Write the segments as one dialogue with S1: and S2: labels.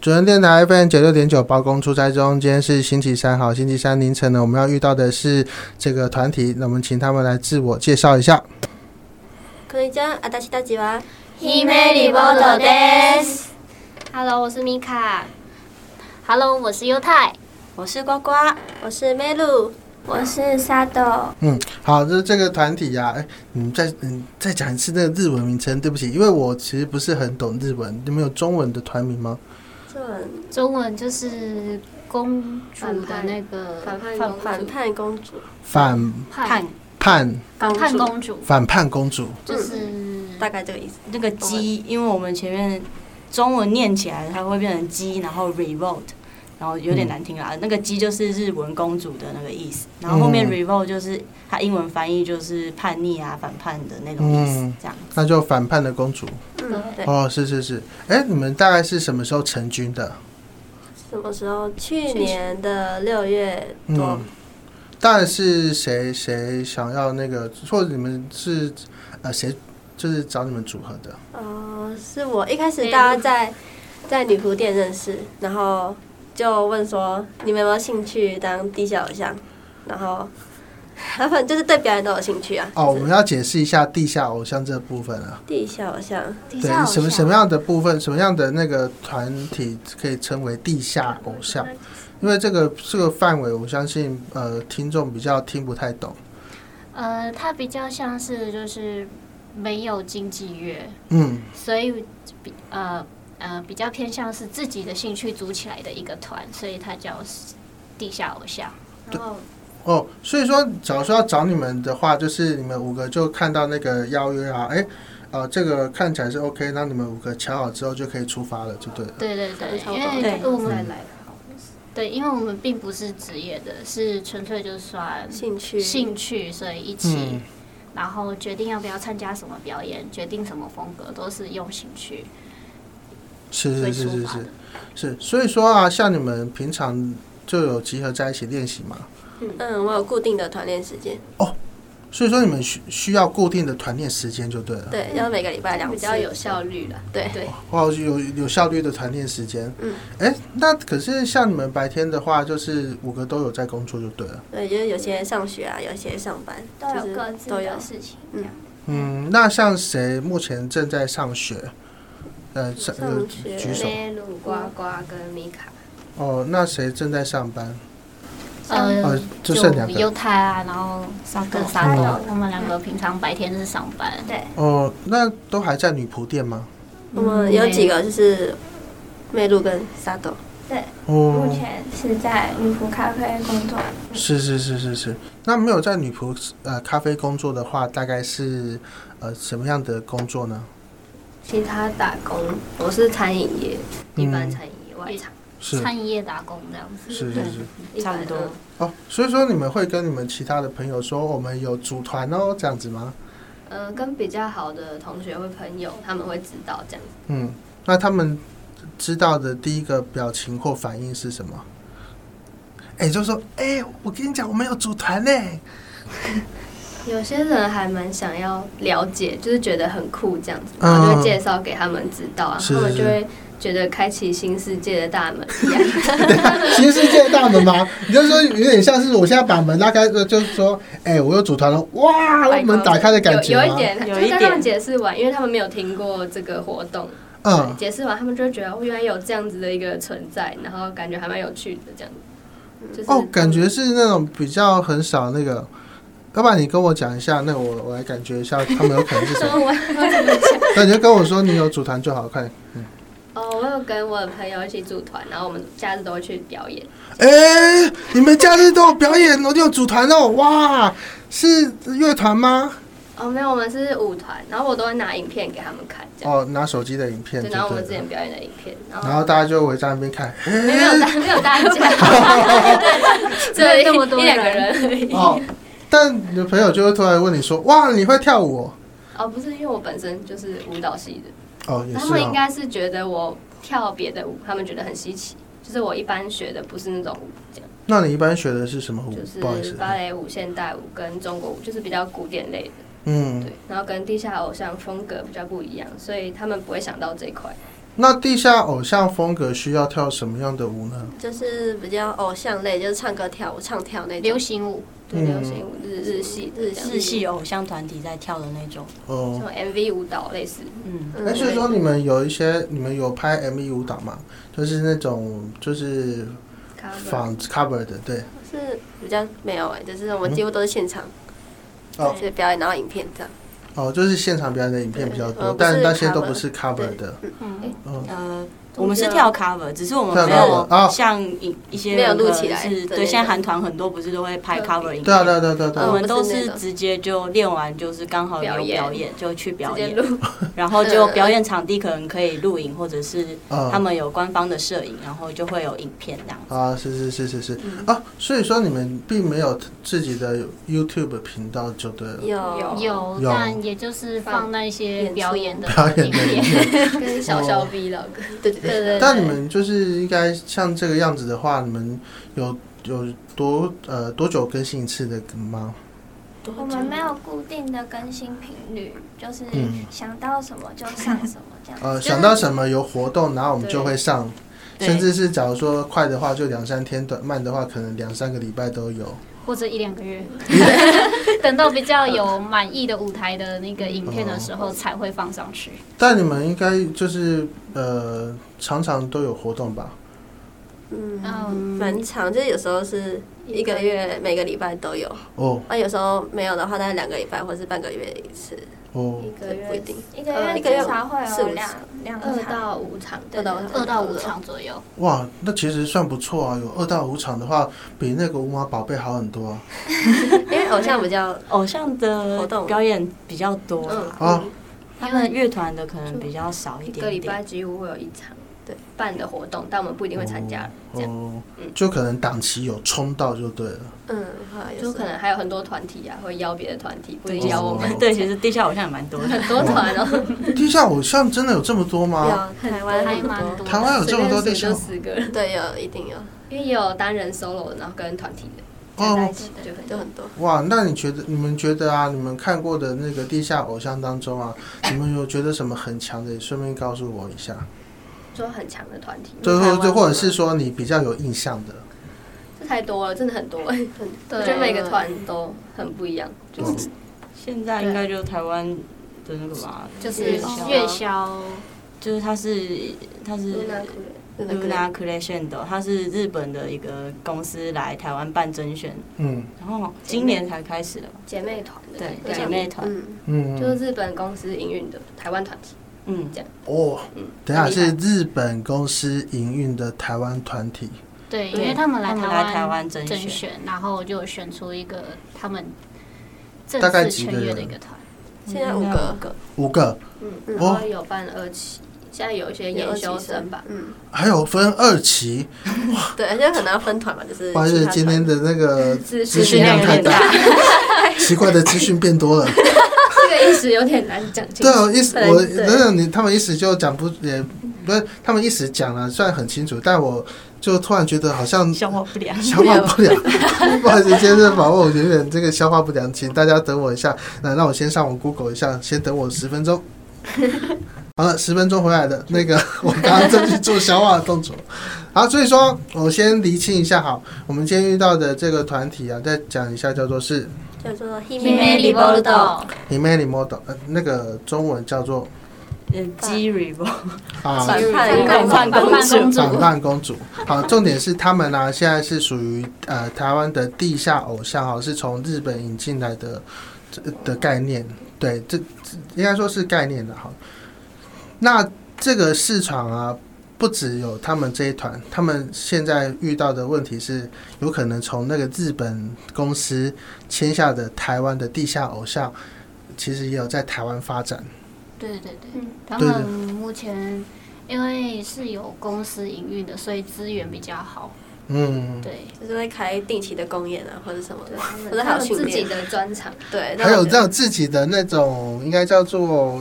S1: 主人电台 FM 九六点九包公出差中，今天是星期三，好，星期三凌晨呢，我们要遇到的是这个团体，那我们请他们来自我介绍一下。
S2: こんにちは、あたしたちは。
S3: 姫リボードです。
S4: Hello，我是米卡。Hello，我是优太。
S2: 我是呱呱，我是梅露。
S3: 我是沙豆，
S1: 嗯，好，就是这个团体呀、哎，你再嗯再讲一次那个日文名称，对不起，因为我其实不是很懂日文，你们有中文的团名吗？
S2: 这文
S4: 中文就是公主的那个
S5: 反叛
S4: 反
S2: 反叛公主，
S1: 反
S4: 叛
S1: 叛
S2: 公
S4: 叛
S2: 主
S4: 公主，嗯
S1: 反叛公主，
S4: 就是
S2: 大概这个意思。
S5: 那个鸡，因为我们前面中文念起来它会变成鸡，然后 revolt，然后有点难听啦。那个鸡就是日文公主的那个意思，然后后面
S1: 嗯
S5: revolt 就是它英文翻译就是叛逆啊、反叛的那种意思，
S1: 嗯
S5: 这样。
S1: 那就反叛的公主。
S2: 嗯，对。
S1: 哦，是是是，哎、你们大概是什么时候成军的？
S2: 什么时候？去年的六月多
S1: 嗯。当然是谁谁想要那个，或者你们是呃谁就是找你们组合的？嗯
S2: 呃，是我一开始大家在在女仆店认识，然后就问说你们有没有兴趣当地下偶像，然后反正就是对表演都有兴趣啊。
S1: 哦，我
S2: 就是
S1: 们要解释一下地下偶像这部分啊，
S2: 地下偶像，
S4: 对
S1: 对，什么什么样的部分，什么样的那个团体可以称为地下偶像？因为这个这个范围，我相信呃听众比较听不太懂。
S4: 呃，它比较像是就是没有经济乐，
S1: 嗯
S4: 所以比呃呃比较偏向是自己的兴趣组起来的一个团，所以它叫地下偶像。然后
S1: 哦，所以说，假如说要找你们的话，就是你们五个就看到那个邀约啊，哎、呃，这个看起来是 OK，那你们五个瞧好之后就可以出发了，就对了。
S4: 对对对，
S2: 差不多
S4: 因为
S5: 对
S4: 我们对，因为我们并不是职业的，是纯粹就是算
S2: 兴趣，
S4: 兴趣，所以一起。
S1: 嗯
S4: 然后决定要不要参加什么表演，决定什么风格，都是用兴趣
S1: 是
S4: 为
S1: 是是
S4: 出
S1: 是
S4: 发
S1: 是
S4: 的。
S1: 是，所以说啊，像你们平常就有集合在一起练习嘛，
S2: 嗯，我有固定的团练时间，
S1: 所以说你们需需要固定的团练时间就对了。
S2: 对，要每个礼拜两次，
S6: 比较有效率了。
S2: 对
S6: 对，
S1: 哇，有有效率的团练时间。
S2: 嗯，
S1: 哎、那可是像你们白天的话，就是五个都有在工作就对了。
S2: 对，就是有些上学啊，有些上班，
S3: 都
S2: 就是
S3: 有各自
S2: 嗯都有
S3: 的。事情。
S2: 嗯
S3: 这样
S1: 嗯，那像谁目前正在上学？呃，上
S2: 上
S1: 有
S2: 学
S1: 举手。
S6: 梅鲁、呱呱跟米卡，
S1: 哦，那谁正在上班？
S2: 嗯
S4: 呃
S1: 呃，就剩两个
S4: 犹太啊，然后
S5: 沙豆
S4: 跟沙豆
S1: 嗯，
S4: 他们两个平常白天是上班，
S3: 对，
S1: 哦，那都还在女仆店吗？
S2: 我们有几个就是魅露跟沙豆，
S1: 哦
S3: 目，前是在女仆咖啡工作。
S1: 是是是是是。那没有在女仆呃咖啡工作的话，大概是呃什么样的工作呢？
S6: 其他打工，我是餐饮业，一般餐饮业外场，
S1: 嗯是
S4: 餐饮业打工这样子。
S1: 是是是。
S6: 一
S5: 差
S6: 般
S5: 不多
S6: 嗯
S1: 哦，所以说你们会跟你们其他的朋友说我们有组团哦，这样子吗？
S6: 呃，跟比较好的同学或朋友，他们会知道这样。
S1: 嗯，那他们知道的第一个表情或反应是什么？哎、就说哎、我跟你讲，我们有组团呢。
S6: 有些人还蛮想要了解，就是觉得很酷这样子，
S1: 嗯
S6: 然后就会介绍给他们知道，然
S1: 是
S6: 后他们就会觉得开启新世界的大门一样。
S1: 新世界大门吗？ 你就说有点像是我现在把门拉开，就就说，哎、我又组团了，哇，我门打 开的感觉
S6: 有
S1: 吗
S6: 有一点，
S5: 有
S6: 就
S5: 一
S6: 跟他们解
S5: 点
S6: 释完，因为他们没有听过这个活动，
S1: 嗯，
S6: 解释完他们就会觉得哦，原来有这样子的一个存在，然后感觉还蛮有趣的这样子。就是
S1: 哦，感觉是那种比较很少那个。要不然你跟我讲一下，那个我我来感觉一下，他们有可能 是什么？那你就跟我说你有组团就好，快点。
S6: 哦，我有跟我的朋友一起组团，然后我们假日都会去表演。
S1: 哎、你们假日都有表演，我就有组团哦，哇，是乐团吗？
S6: 哦，没有，我们是舞团，然后我都会拿影片给他们看，这样。
S1: 哦，拿手机的影片
S6: 对，
S1: 就
S6: 然后我们之
S1: 对了
S6: 前表演的影片，然
S1: 然后
S6: 后
S1: 大家就围在那边看，哎、
S6: 没 有大没有大家，只有
S4: 那么多
S6: 一一两个
S4: 人
S6: 人而已。
S1: 哦，但你的朋友就会突然问你说：“哇，你会跳舞哦
S6: 哦，不是，因为我本身就是舞蹈系的，？”
S1: 哦，也
S6: 他
S1: 是
S6: 们应
S1: 哦。
S6: 该是觉得我跳别的舞，他们觉得很稀奇。就是我一般学的不是那种舞，这样
S1: 那你一般学的是什么舞
S6: 就？
S1: 不好意思
S6: 是，芭蕾舞、现代舞跟中国舞，就是比较古典类的。
S1: 嗯
S6: 对，，然后跟地下偶像风格比较不一样，所以他们不会想到这一块。
S1: 那地下偶像风格需要跳什么样的舞呢？
S2: 就是比较偶像类，就是唱歌跳舞、唱跳那
S4: 流
S2: 种。
S4: 行舞，
S1: 嗯
S6: 对流行舞、日日系的
S2: 日哦
S6: 这样
S5: 日系偶像团体在跳的那种，
S6: 什
S1: 哦，
S6: 么 MV 舞蹈类似，
S5: 嗯，
S1: 哎，所以说你们有一些，你们有拍 MV 舞蹈吗？就是那种就是仿 cover 的，对，
S2: 是比较没有哎、就是我们几乎都是现场，
S1: 嗯哦
S2: 就是表演然后影片这样。
S1: 哦，就是现场表演的影片比较
S2: 对呃
S1: 多，
S2: 不
S1: 但
S2: 是
S1: 那些都
S2: cover，
S1: 不是 cover 的，
S4: 嗯，
S1: 嗯，
S5: 呃，我们是跳 cover，只是我们没
S1: 跳 cover，啊
S5: 有像一一些
S2: 没有录
S5: 可能
S2: 起来
S5: 是
S2: 的
S5: 对，
S2: 那
S5: 现在
S2: 种
S5: 韩团很多不是都会拍 cover 影
S1: 对啊，对
S5: 片。
S1: 啊，对啊对啊对
S5: 我
S1: 啊，
S5: 们都
S2: 不是那
S5: 是
S2: 种
S5: 直接就练完，就是刚好有
S6: 表演
S5: 表演就去表
S6: 直接
S5: 演，
S6: 录
S5: 然后就表演场地可能可以录影，或者是
S1: 嗯
S5: 他们有官方的摄影，然后就会有影片这样。
S1: 啊，是是是是是啊，所以说你们并没有自己的 YouTube 频道就对了，
S6: 哦
S2: 有
S4: 有，
S1: 有
S4: 但也就是放那些表演的
S1: 表演
S4: 影
S1: 的影
S4: 片，
S1: 片。
S6: 跟小小 V 老哥，
S2: 对对对对
S1: 但你们就是应该像这个样子的话，你们有有多呃多久更新一次的嗯吗？
S3: 我们没有固定的更新频率，就是
S1: 嗯
S3: 想到什么就上什么这样。
S1: 呃，想到什么有活动，然后我们就会上，
S5: 对
S1: 甚至是假如说快的话就两三天，短慢的话可能两三个礼拜都有。
S4: 或者一两个 月，等到比较有满意的舞台的那个影片的时候才会放上去。
S1: 但你们应该就是呃常常都有活动吧？
S2: 嗯，
S4: 嗯，
S2: 蛮长，就是有时候是一个月每个礼拜都有，
S1: 哦
S2: 啊，有时候没有的话，大概两个礼拜或是半个月一次，
S1: 哦
S6: 一
S2: 这
S6: 个
S2: 不一
S6: 月
S2: 定。
S3: 一个
S2: 呃
S3: 月
S2: 一个月
S3: 至少会
S2: 四五
S3: 有
S2: 次
S3: 两两
S6: 二
S3: 场，
S6: 到五场，
S2: 二到五
S6: 对
S2: 场
S4: 二到五场左右，
S1: 哇，那其实算不错啊，有二到五场的话，比那个无码宝贝好很多啊。
S2: 因为偶像比较
S5: 偶像的
S2: 活动嗯
S5: 表演比较多啦，
S1: 啊
S5: 他们乐团的可能比较少一
S6: 一个礼
S5: 点
S6: 拜
S5: 点。
S6: 几乎会有一场
S2: 对
S3: 嗯
S6: 办的活动，但我们不一定会参加，这样嗯
S1: 哦，就可能档期有冲到就对了。
S2: 嗯，后来有时
S6: 就
S2: 候
S6: 可能还有很多团体啊，会邀别的团体，不一定
S1: 对
S6: 邀我 们，
S5: 对，其实地下偶像也蛮多的。
S6: 很多团 哦，
S1: 地下偶像真的有这么多吗？
S2: 有台湾
S4: 还
S2: 很
S4: 蛮
S2: 多，
S4: 多的。
S1: 台湾有这么多
S6: 随
S1: 地
S6: 便数
S1: 下
S6: 就四个人，
S2: 对，有一定有，
S6: 因为也有单人 solo，的然后跟团体的加在
S1: 哦
S6: 一，起就很
S2: 就
S6: 多。
S2: 很多。
S1: 哇！那你觉得你们觉得啊，你们看过的那个地下偶像当中 啊，你们有觉得什么很强的？也顺便告诉我一下，
S6: 说很强的团体，
S1: 就
S6: 台湾
S1: 是
S6: 的
S1: 就
S6: 吗
S1: 或者是说你比较有印象的，
S6: 这太多了，真的很多，我
S4: 对，
S6: 觉得每个团都很不一样，就是
S5: 现在应该就是台湾的那个吧，
S4: 就是
S5: 月
S4: 月
S5: 销，
S4: 销，
S5: 就是他是他是
S2: 真的可能
S5: Luna Creation，他是日本的一个公司来台湾办甄选，
S1: 嗯
S5: 然后今年才开始的吧？
S6: 姐妹团的
S5: 对
S6: 感，觉，
S5: 姐妹团，
S2: 嗯，
S1: 嗯，
S6: 就是日本公司营运的台湾团体，
S5: 嗯，
S1: 哦
S6: 嗯，
S1: 等一下
S6: 很厉害
S1: 是日本公司营运的台湾团体，
S4: 对，因
S5: 对
S4: 为他们来
S5: 他们来台湾甄
S4: 甄
S5: 选
S4: 选，然后就选出一个他们正
S1: 大概
S4: 式
S1: 几
S4: 签
S1: 个
S4: 约的
S1: 人
S4: 一个团，
S2: 现在
S5: 应
S2: 五
S5: 该有
S2: 个
S5: 五个，
S1: 五个，
S6: 嗯，
S2: 嗯
S1: 哦
S6: 然后有办二期，现在有一些
S2: 有
S6: 研
S2: 二级
S6: 修生吧，
S2: 嗯，
S1: 还有分二期，
S2: 对，而且可能要分团嘛，就是
S1: 哇，
S2: 其
S1: 是
S2: 他
S1: 今天
S2: 团
S1: 的那个
S6: 资
S1: 资
S6: 讯
S1: 讯
S6: 量
S1: 量
S6: 有
S1: 太
S6: 点
S1: 大，奇怪的资讯变多了。
S6: 这个一时有点难讲清
S1: 对啊，
S6: 楚。
S1: 我一时
S6: 本来
S1: 我
S6: 对
S1: 没有你，他们一时就讲不也不是，他们一时讲了虽然很清楚，但我就突然觉得好像
S5: 消化不良。
S1: 消 化不良。不好意思，今天这访问我有点这个消化不良，请大家等我一下。那让我先上网 Google 一下，先等我十分 钟。好了，十分钟回来的那个，我刚刚正去做消化的动作。好，所以说我先厘清一下，好，我们今天遇到的这个团体啊，再讲一下，叫做是
S2: 叫做
S3: Hime Revolt
S1: i m a n i Model，呃，那个中文叫做
S5: 嗯，G r e v o
S1: 啊，
S2: 反叛
S5: 反叛
S4: 公
S5: 公主
S4: 主，
S1: 长烂公主。好，重点是他们呢、啊现在是属于呃台湾的地下偶像哦，是从日本引进来的这的概念。对，这这应该说是概念的哈。那这个市场啊，不只有他们这一团，他们现在遇到的问题是，有可能从那个日本公司签下的台湾的地下偶像，其实也有在台湾发展。
S4: 对对对
S3: 嗯，
S4: 他
S1: 对
S4: 们目前因为是有公司营运的，所以资源比较好。
S1: 嗯，
S4: 对，
S2: 就是会开定期的公演啊，或者什么的，
S6: 他们
S2: 或者还
S6: 他
S2: 有
S6: 们
S2: 训
S6: 自己
S2: 练，
S6: 的专场，
S2: 对，
S1: 还有
S2: 这
S1: 让自己的那种，应该叫做，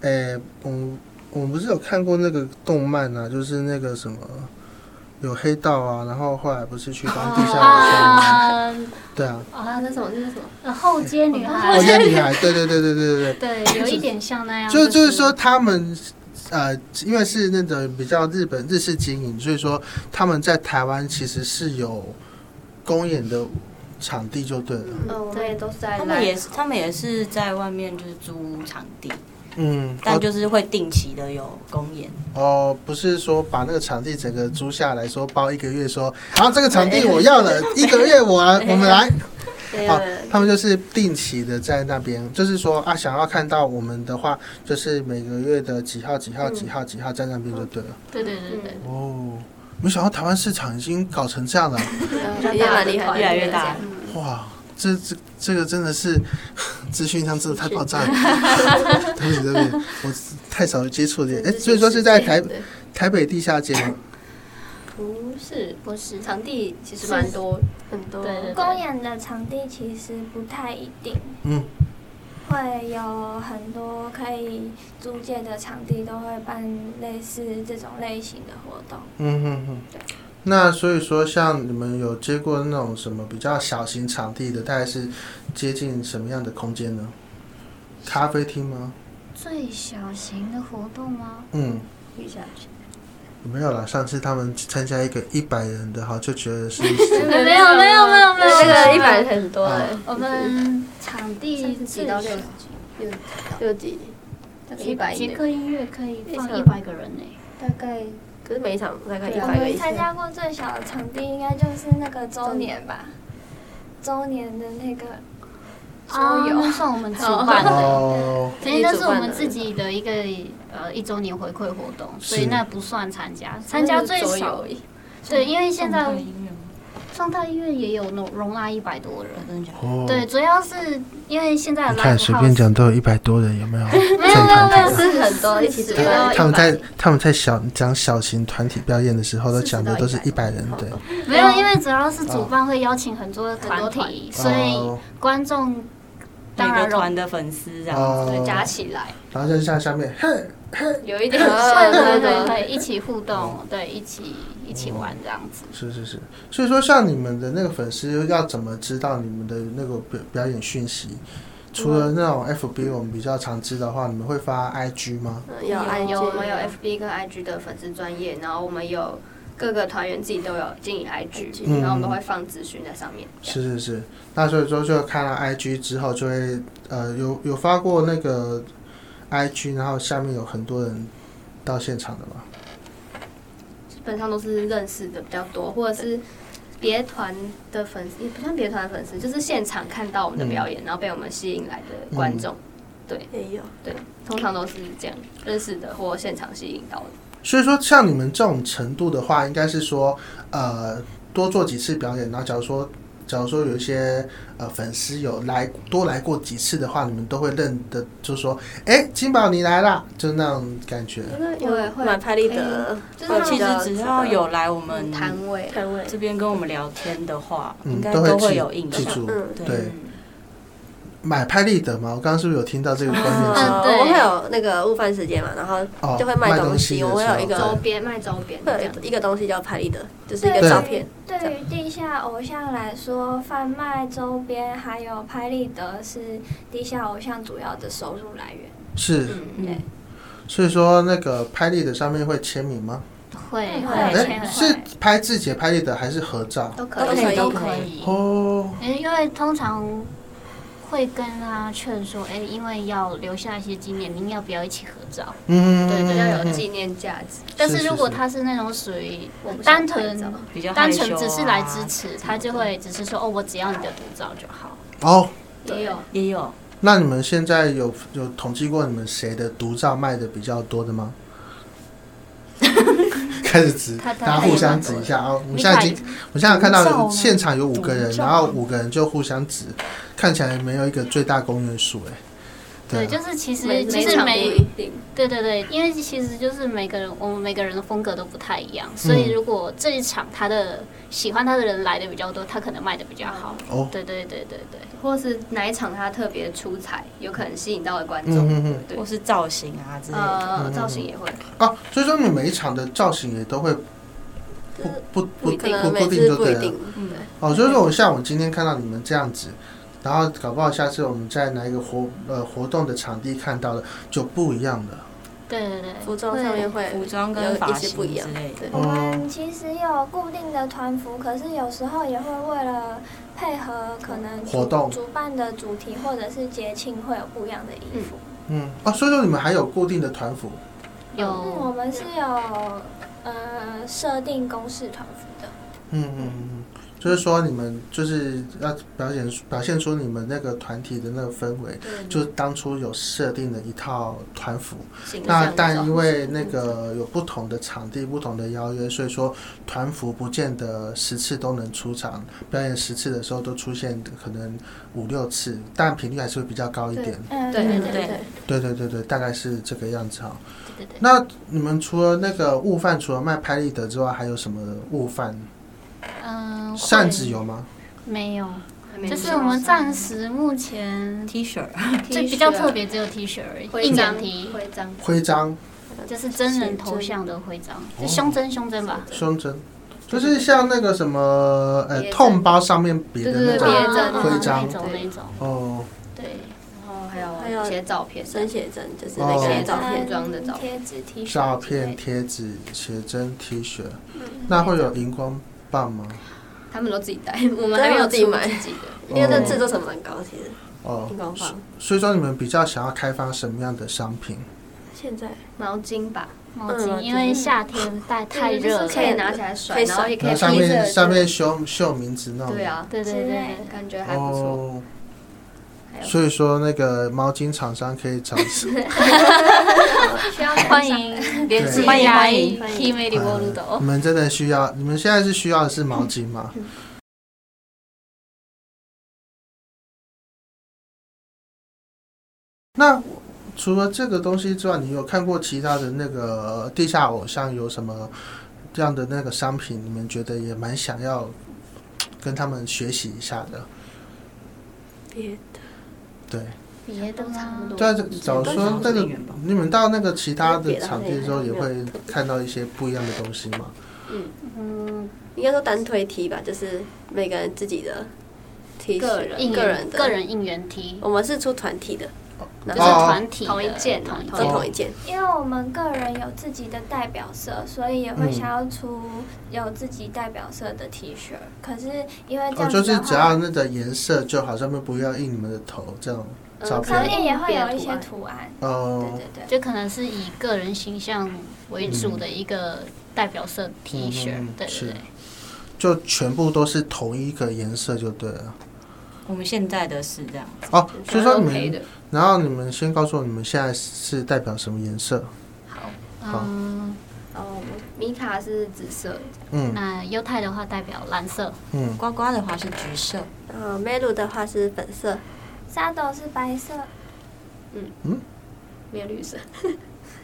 S1: 诶、嗯，我们不是有看过那个动漫啊，就是那个什么，有黑道啊，然后后来不是去当地下偶像吗？
S4: 哦啊，
S1: 对啊，哦
S6: 啊，那什么那是什么？
S4: 后街女
S1: 我
S5: 哦
S4: 孩，
S1: 觉得女孩，对对对对对对对，
S4: 对，有一点像那样。
S1: 就就是
S4: 是
S1: 说他们呃，因为是那种比较日本日式经营，所以说他们在台湾其实是有公演的场地就对了。
S6: 嗯，我们也都是在
S5: 他们也是，他们也是在外面就是租场地，
S1: 嗯，
S5: 但就是会定期的有公演。
S1: 哦，不是说把那个场地整个租下来说包一个月说，好这个场地我要了，一个月我我们来，
S2: 没有
S1: 好
S2: 了，
S1: 他们就是定期的在那边，就是说啊，想要看到我们的话，就是每个月的几号几号几号几号在那边就对了。
S4: 对对对对，
S1: 哦，没想到台湾市场已经搞成这样了，
S6: 嗯
S2: 也蛮厉害的
S5: 越来越大。
S1: 哇！这这这个真的是资讯量真的太爆炸了，对不起对不起，我太少接触了点，哎，所以说是在台
S6: 对
S1: 台北地下街吗，
S6: 不是
S4: 不是，
S6: 场地其实蛮多，
S2: 很多。
S4: 对对
S3: 公演的场地其实不太一定，
S1: 嗯，
S3: 会有很多可以租借的场地都会办类似这种类型的活动。
S1: 嗯哼哼。那所以说，像你们有接过那种什么比较小型场地的，大概是接近什么样的空间呢？咖啡厅吗？
S4: 最小型的活动吗？
S1: 嗯，
S6: 一下去。
S1: 没有啦。上次他们参加一个一百人的哈，就觉得 是
S4: 没有没有没有没有没有，
S2: 那个一百人很多哎、
S4: 我
S6: 嗯
S4: 们场地
S6: 几到六十几，
S2: 六级，
S6: 大概一百
S4: 杰
S6: 以内
S4: 克音乐可以放
S2: 一
S4: 一百个人呢、
S6: 大概
S2: 可是每一场大概一
S6: 对啊
S3: 我
S2: 百个以
S3: 们
S2: 上
S3: 参。加过最小的场地应该就是那个周年吧，周年的那个桌游。
S4: 那算我们主办的。
S1: 哦，
S4: 所以那是我们自己的一个呃一周年回馈活动，所以
S1: 是
S4: 那不算参加，参加最
S6: 就是
S4: 少
S6: 桌游
S4: 对，因为现在
S5: 音乐吗？
S4: 创大医院也有容容纳一百多人，
S5: 真的假的？
S1: 哦
S4: 对，主要是因为现在
S1: 你
S4: 的
S1: 看
S4: live
S1: 随便
S4: house
S1: 讲都有一百多人，有没有？
S4: 没有没有没有
S2: 是很多一起
S4: 是
S2: 吃
S4: 只有
S2: 饭，
S1: 他们在
S4: 100
S1: 他们在小讲小型团体表演的时候，都讲的都是一
S6: 40
S1: 百人，对，
S4: 没有，因为主要是主办会邀请很多团
S6: 很多
S4: 体，所以
S1: 哦
S4: 观众当
S5: 每
S4: 然
S5: 个
S4: 容
S5: 团的粉丝这样子。
S1: 哦
S6: 对，加起来
S1: 然后就像下面，嘿，
S6: 有一 点
S4: 对
S2: 啊
S4: 对
S2: 对对
S4: 对对，一起互动，对，一起一起玩这样子。
S1: 是是是，所以说像你们的那个粉丝要怎么知道你们的那个表表演讯息？除了那种 FB 我们比较常知的话，你们会发 IG 吗？
S2: 嗯有 IG，
S6: 有我们有 FB 跟 IG 的粉丝专业，然后我们有各个团员自己都有经营 IG，、
S1: 嗯
S6: 然后我们都会放资讯在上面。
S1: 是是是，那所以说就看了 IG 之后，就会呃有有发过那个 IG，然后下面有很多人到现场的嘛。
S6: 基本上都是认识的比较多，或者是别团的粉丝，也不算别团的粉丝，就是现场看到我们的表
S4: 嗯
S6: 演，然后被我们吸引来的观众，
S2: 也有，
S6: 对，通常都是这样认识的或现场吸引到的。
S1: 所以说像你们这种程度的话，应该是说呃多做几次表演，然后假如说。假如说有一些呃粉丝有来多来过几次的话，你们都会认得，就说哎、金宝你来啦，就那种感觉。
S6: 因为会
S2: 买拍立得，
S6: 就是
S5: 哦
S6: 他
S5: 其
S6: 们
S5: 实
S2: 们
S5: 只要有来我
S6: 嗯
S5: 们
S6: 摊位，
S2: 摊位，
S5: 这边跟我们聊天的话，
S1: 嗯，
S5: 应该
S1: 都会
S5: 都
S1: 记
S5: 会有印
S1: 记
S5: 象。
S1: 住。
S2: 嗯，
S5: 对
S1: 对，买拍立得嘛，我刚刚是不是有听到这个关键字？
S2: 嗯，
S4: 对
S2: 我会有那个午饭时间嘛，然后
S1: 哦，
S2: 就会
S1: 卖
S2: 卖东
S1: 西
S2: 西
S1: 的时候，
S2: 我有一个
S6: 周边卖周
S4: 嗯
S6: 边
S2: 会
S6: 这样
S2: 有，一个东西叫拍立得，就是一
S3: 对
S2: 个照片，
S3: 对于地下偶像来说，贩卖周边还有拍立得是地下偶像主要的收入来源。
S1: 是，
S6: 嗯，
S5: 嗯，
S1: 所以说那个拍立得上面会签名吗？
S4: 会
S3: 哎
S4: 会
S3: 签
S1: 哎，
S4: 签
S3: 名
S1: 是拍自己的拍立得还是合照？
S6: 都可
S2: 都
S6: 以
S2: 可以
S5: 都
S2: 都
S5: 可
S2: 可
S5: 以。
S1: 哦，
S4: 哎因为通常会跟他劝说，哎，因为要留下一些纪念，您要不要一起合照？
S1: 嗯，
S4: 对
S6: 比
S4: 对
S6: 较有
S1: 嗯
S6: 纪念价值。
S4: 但是如果他是那种属于
S6: 我不想
S4: 单
S6: 拍照
S4: 纯
S5: 比较
S4: 单
S5: 害
S4: 纯
S5: 羞
S4: 只是
S5: 啊
S4: 来支持，他就会只是说哦，我只要你的独照就好。
S1: 哦，
S6: 也有
S5: 也有，
S1: 那你们现在有有统计过你们谁的独照卖的比较多的吗？开始指，
S4: 他
S1: 大
S4: 他
S1: 家
S4: 他
S1: 互
S4: 也
S1: 相
S4: 蛮
S1: 指
S4: 多
S1: 一
S4: 的
S1: 下哦。我们
S4: 你
S1: 现在
S4: 看
S1: 已经，我现在有看
S5: 独照
S1: 到
S5: 吗
S1: 现场有五个人，
S5: 独照
S1: 然后五个人就互相指，看起来没有一个最大公约数哎。
S4: 对，
S1: 啊
S4: 就是其实
S6: 每
S4: 其
S6: 每
S4: 实
S6: 场不
S4: 每
S6: 一定，
S4: 对对对，因为其实就是每个人，我们每个人的风格都不太一样，所
S1: 嗯
S4: 以如果这一场他的喜欢他的人来的比较多，他可能卖的比较好。
S1: 哦，
S4: 对对对对对，
S6: 或是哪一场他特别出彩，有可能吸引到的观
S1: 嗯
S6: 众，
S1: 嗯嗯，
S6: 对
S5: 或，是造型啊之类的。
S6: 呃，造型也会。
S1: 哦，所以说你们每一场的造型也都会不不不
S6: 不一
S1: 不
S2: 可
S6: 定
S2: 能每
S1: 固定
S2: 次
S1: 就
S2: 不
S1: 对
S2: 一
S1: 了
S2: 定。。
S5: 嗯，
S1: 哦，所以说我像我今天看到你们这样子，然后搞不好下次我们在哪一个活呃活动的场地看到的就不一样了。
S4: 对对对，
S2: 服装上面会
S5: 服装
S2: 有
S5: 跟
S2: 一
S5: 发
S2: 些
S5: 型
S2: 不一
S5: 之
S2: 样
S5: 类的。
S2: 对
S3: 我们其实有固定的团服，可是有时候也会为了配合可能主
S1: 活动
S3: 主办的主题或者是节庆，会有不一样的衣服。
S1: 嗯，哦，所以说你们还有固定的团服，
S3: 嗯，
S4: 有
S3: 我们是有呃设定公式团服的。
S1: 嗯嗯嗯嗯，就是说你们就是要表现出表现出你们那个团体的那个氛围，就是当初有设定的一套团服，
S4: 形
S1: 那
S4: 象
S1: 但因
S4: 种
S1: 为那个有不同的场地、不同的邀约，所以说团服不见得十次都能出场，表演十次的时候都出现可能五六次，但频率还是会比较高一点。
S3: 嗯，
S4: 对对
S5: 对
S4: 对
S1: 对对对对，大概是这个样子哈。啊
S4: 对对
S1: 那你们除了那个悟饭，除了卖拍立得之外，还有什么悟饭？
S4: 对，嗯，
S1: 扇
S4: 会
S1: 子有吗？
S4: 没有？
S6: 还没
S4: 就是
S6: 说
S4: 我们
S6: 上
S4: 暂时目前
S5: T 恤儿，
S4: 最比较特别只有 T 恤而已，
S6: 徽
S4: 应
S6: 章
S4: 援 T，
S6: 徽章
S1: 徽章、
S4: 就是真人头像的徽章，
S1: 哦
S4: 就胸针胸针吧，
S1: 胸针，就是像那个什么呃
S6: 别针
S1: 痛包上面别的
S6: 对别
S1: 那种
S6: 针
S4: 啊
S1: 徽章
S4: 那种那种，
S1: 哦，
S4: 对，
S6: 然后还有
S2: 还有啊
S6: 一些照片，
S2: 生写真，就是那
S1: 哦
S2: 个照片。
S6: 装的照
S3: 贴纸、T 恤
S1: 照
S3: 之类
S1: 片、
S3: 的。
S1: 贴纸、写真、T 恤，
S6: 嗯
S1: 那会有荧光棒吗？
S6: 他们都自己带，
S4: 啊
S6: 我们还没有
S2: 自己
S6: 出
S2: 买
S6: 自己的，
S2: 因为那制作成本高，其实
S1: 哦
S2: 荧，光棒
S1: 所以说你们比较想要开发什么样的商品？
S2: 现在
S6: 毛巾吧，
S2: 嗯
S4: 毛
S2: 毛
S4: 巾，
S2: 巾
S4: 因为夏天戴太
S6: 就是
S4: 热了，
S6: 可以拿起来甩，
S2: 可以
S6: 然后也可
S1: 那
S6: 以
S1: 上
S6: 披着
S1: 面
S6: 就，
S1: 上面绣绣名字那种，
S6: 对，啊，
S4: 对对对对对。
S6: 感觉还不错。
S1: 哦
S6: 还。有
S1: 所以说那个毛巾厂商可以找
S6: 需要
S4: 欢迎联系
S1: 对嗯
S5: 欢迎欢迎
S4: Key Made World 的
S1: 哎你
S4: 哦，
S1: 们真的需要，你们现在是需要的是毛巾吗？那除了这个东西之外，你有看过其他的那个地下偶像有什么这样的那个商品？你们觉得也蛮想要跟他们学习一下的？
S2: 别
S1: 对，
S4: 别的差不多
S1: 对啊，假如说那个你们到那个其他的
S2: 别的
S1: 场地的时候，也会看到一些不一样的东西吗？
S4: 嗯，
S2: 应该说单推 T 吧，就是每个人自己的 T 恤，
S6: 个人哦
S4: 应
S2: 个人
S4: 援
S2: 的
S4: 个，人应援 T，
S2: 我们是出团体的，
S4: 就
S2: 然
S4: 是
S2: 后
S4: 团体的
S6: 同一件
S4: 同一
S2: 都
S1: 哦
S4: 件，
S2: 同一件，
S3: 因为我们个人有自己的代表色，所以也
S1: 嗯
S3: 会想要出有自己代表色的 T 恤。可是因为这
S1: 哦，
S3: 样
S1: 就
S3: 子
S1: 是
S3: 的
S1: 只要
S3: 话，
S1: 那个颜色就好，上面不要印你们的头这样照
S3: 上
S1: 片。
S3: 面也会有一些图案。对
S1: 哦
S3: 对，对。
S4: 就可能是以个人形象为主的一个代表色 T 恤
S1: 嗯嗯嗯，
S4: 对
S1: 是
S4: 对对。
S1: 就全部都是同一个颜色就对了。
S5: 我们现在的是这样，
S1: 哦，所以说你
S6: 黑
S1: 们，
S6: 的，
S1: 然后你们先告诉我你们现在是代表什么颜色？好
S4: 嗯，
S6: 然后米卡是紫色的，
S1: 嗯
S4: 那犹太的话代表蓝色，
S1: 嗯，
S5: 呱呱的话是橘色，
S2: 然后嗯 Melu 的话是粉色，
S3: 沙斗是白色，
S6: 没有绿色，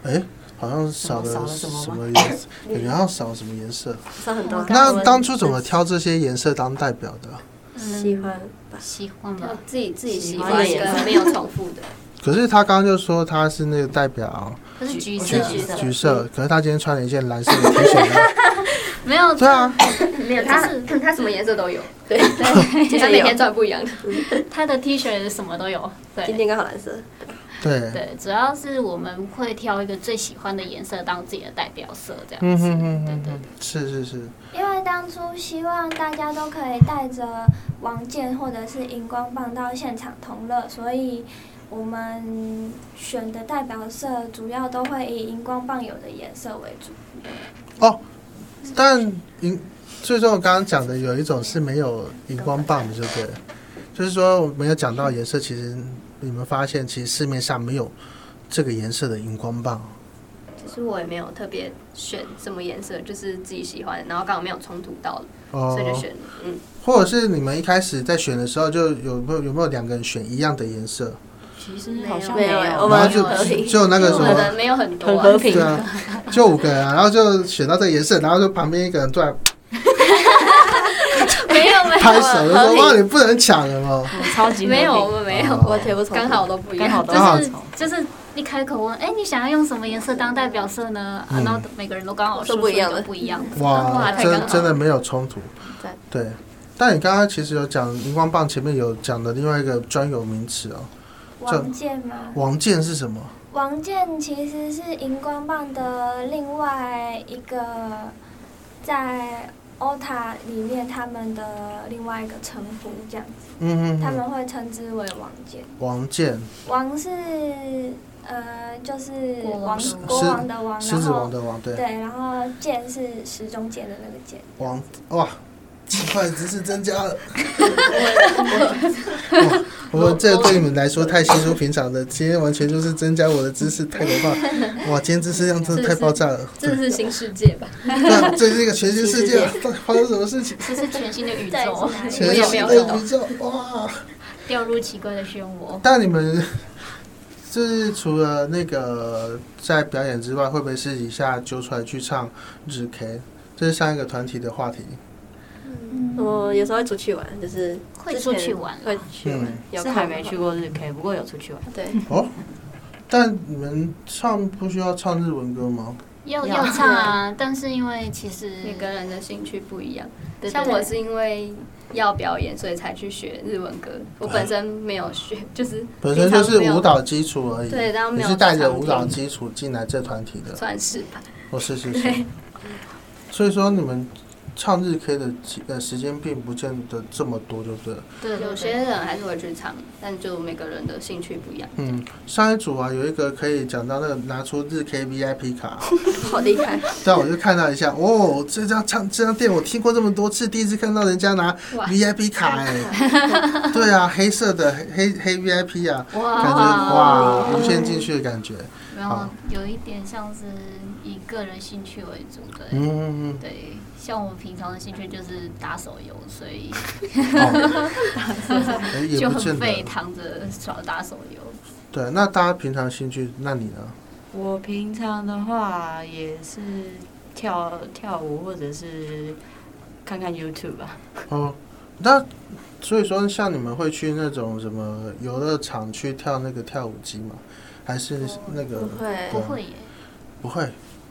S1: 哎，好像少
S5: 少
S1: 了
S5: 了什么吗
S1: 什么颜色，感觉好像少了什么颜色。
S2: 色很多。
S1: 那当初怎么挑这些颜色当代表的？
S2: 嗯喜欢吧？
S4: 喜欢吧
S6: 就？
S2: 嗯
S6: 嗯自己自己喜
S5: 喜欢
S6: 欢
S5: 的颜色
S6: 跟没有重复 的，
S1: 可是他刚刚就说他是那个代表
S4: 可是橘
S5: 橘
S4: 色，
S5: 橘色
S1: 橘色，可是他今天穿了一件蓝色的 T 恤呢。
S4: 没有
S1: 对啊，
S6: 没有，它是它什么颜色都 有，
S2: 对，
S6: 其实每天穿不一样的。
S4: 他的 T 恤什么都有，
S2: 今
S4: 对
S2: 天刚好蓝色，
S1: 对，
S4: 对，主要是我们会挑一个最喜欢的颜色当自己的代表色，这样
S1: 嗯
S4: 子，
S1: 哼哼
S4: 对
S1: 哼
S4: 对
S1: 哼，是是是。
S3: 因为当初希望大家都可以带着王剑或者是荧光棒到现场同乐，所以我们选的代表色主要都会以荧光棒有的颜色为主。
S1: 但荧，最终我刚刚讲的有一种是没有荧光棒的，对不对？就是说我没有讲到颜色，其实你们发现其实市面上没有这个颜色的荧光棒。
S6: 其实我也没有特别选什么颜色，就是自己喜欢的，然后刚好没有冲突到，
S1: 哦
S6: 所以就选了。嗯，
S1: 或者是你们一开始在选的时候，就有没有有没有两个人选一样的颜色？
S5: 其实好像
S2: 没
S5: 有，
S2: 有，
S1: 然后
S2: 我们
S1: 就
S2: 合体，
S1: 就那个什
S6: 可能
S1: 么，
S6: 没有很多
S5: 很
S6: 啊，
S5: 和平
S1: 对，啊，就五个人啊，然后就选到这个颜色，然后就旁边一个人突然
S6: 没有
S4: 哎
S6: 没有
S1: 嗯拍手就说：“哇，你不能抢了哦！”
S5: 我超级和平
S6: 没有，我们没有，
S1: 哦
S2: 我铁不从
S6: 刚好都不一
S5: 刚好
S6: 样。
S5: 都
S1: 刚好
S5: 是
S4: 就是一开口问，哎，你想要用什么颜色当代表色呢？啊
S1: 嗯
S4: 然后每个人都刚好
S2: 都
S4: 说出
S2: 不一样
S4: 个
S2: 的
S4: 不一样的，
S1: 哇，
S6: 哇太刚
S1: 真
S6: 好
S1: 真的没有冲突
S2: 对。
S1: 对，但你刚刚其实有讲荧光棒，前面有讲的另外一个专有名词哦，
S3: 王剑吗？
S1: 王剑是什么？
S3: 王健其实是荧光棒的另外一个，在欧塔里面他们的另外一个称呼，这样子，
S1: 嗯嗯
S3: 他们
S1: 嗯，
S3: 会称之为王健。
S1: 王健，
S3: 王是呃，就是
S6: 国王的王
S3: 王国王的王，
S1: 狮
S3: 然
S1: 子王
S3: 后
S1: 的王，对，
S3: 对，然后健是时钟健的那个健。
S1: 王哇，勤快知识增加了。我我这对你们来说太稀疏平常了，今天完全就是增加我的知识，太可怕了！哇，今天知识量真的太爆炸了，
S6: 这是新世界吧？
S1: 那这是一个全新世界，发生什么事情？
S4: 这是全新的宇宙，
S2: 再次
S4: 我
S2: 来
S1: 全
S4: 也没
S1: 新
S4: 有
S1: 的
S4: 懂，
S1: 宇宙哇！
S4: 掉入奇怪的漩涡。
S1: 但你们 就是除了那个在表演之外，会不会私底下揪出来去唱日 K？这是上一个团体的话题。
S3: 嗯
S2: 我有时候会出去玩，就是
S4: 会出去玩啦
S2: 会去玩，
S1: 嗯
S2: 有
S5: 是
S2: 空
S5: 还没去过日 K，不过有出去玩。
S2: 对，
S1: 但你们唱不需要唱日文歌吗？
S4: 要
S5: 要
S4: 要唱啊，但是因为其实
S6: 每个人的兴趣不一样，
S4: 对
S6: 像
S4: 对
S6: 我是因为要表演，所以才去学日文歌。我本身没有学， 就是
S1: 本身就是舞蹈基础而已。
S6: 对，然后
S1: 你
S6: 没有
S1: 是带着
S6: 常
S1: 舞蹈
S6: 听
S1: 基础进来这团体的，
S6: 算是吧。
S1: 我是是是。所以说你们唱日 K 的时呃时间并不见得这么多，对不对？
S4: 对
S6: 有些人还是会去唱，但就每个人的兴趣不一样。
S1: 嗯，上一组啊有一个可以讲到那个拿出日 K VIP 卡，
S2: 好厉害，
S1: 对啊，我就看到一下，哦，这家唱这家店我听过这么多次，第一次看到人家拿
S6: 哇
S1: VIP 卡哎、 对啊，黑色的黑黑 VIP 啊，
S4: 哦
S1: 感觉哇无限进去的感觉，
S4: 然后有一点像是以个人兴趣为主的。
S1: 嗯嗯
S4: 对，像我平常的兴趣就是打手游，所以
S1: 嗯，哦，哎也
S4: 就
S1: 不
S4: 很
S1: 见得。
S4: 废，躺着耍打手游。
S1: 对，那大家平常兴趣，那你呢？
S5: 我平常的话也是跳跳舞，或者是看看 YouTube 吧。
S1: 哦，那所以说，像你们会去那种什么游乐场去跳那个跳舞机吗？还是那个、
S4: 哦
S2: 不会
S4: 不会耶，
S1: 不会？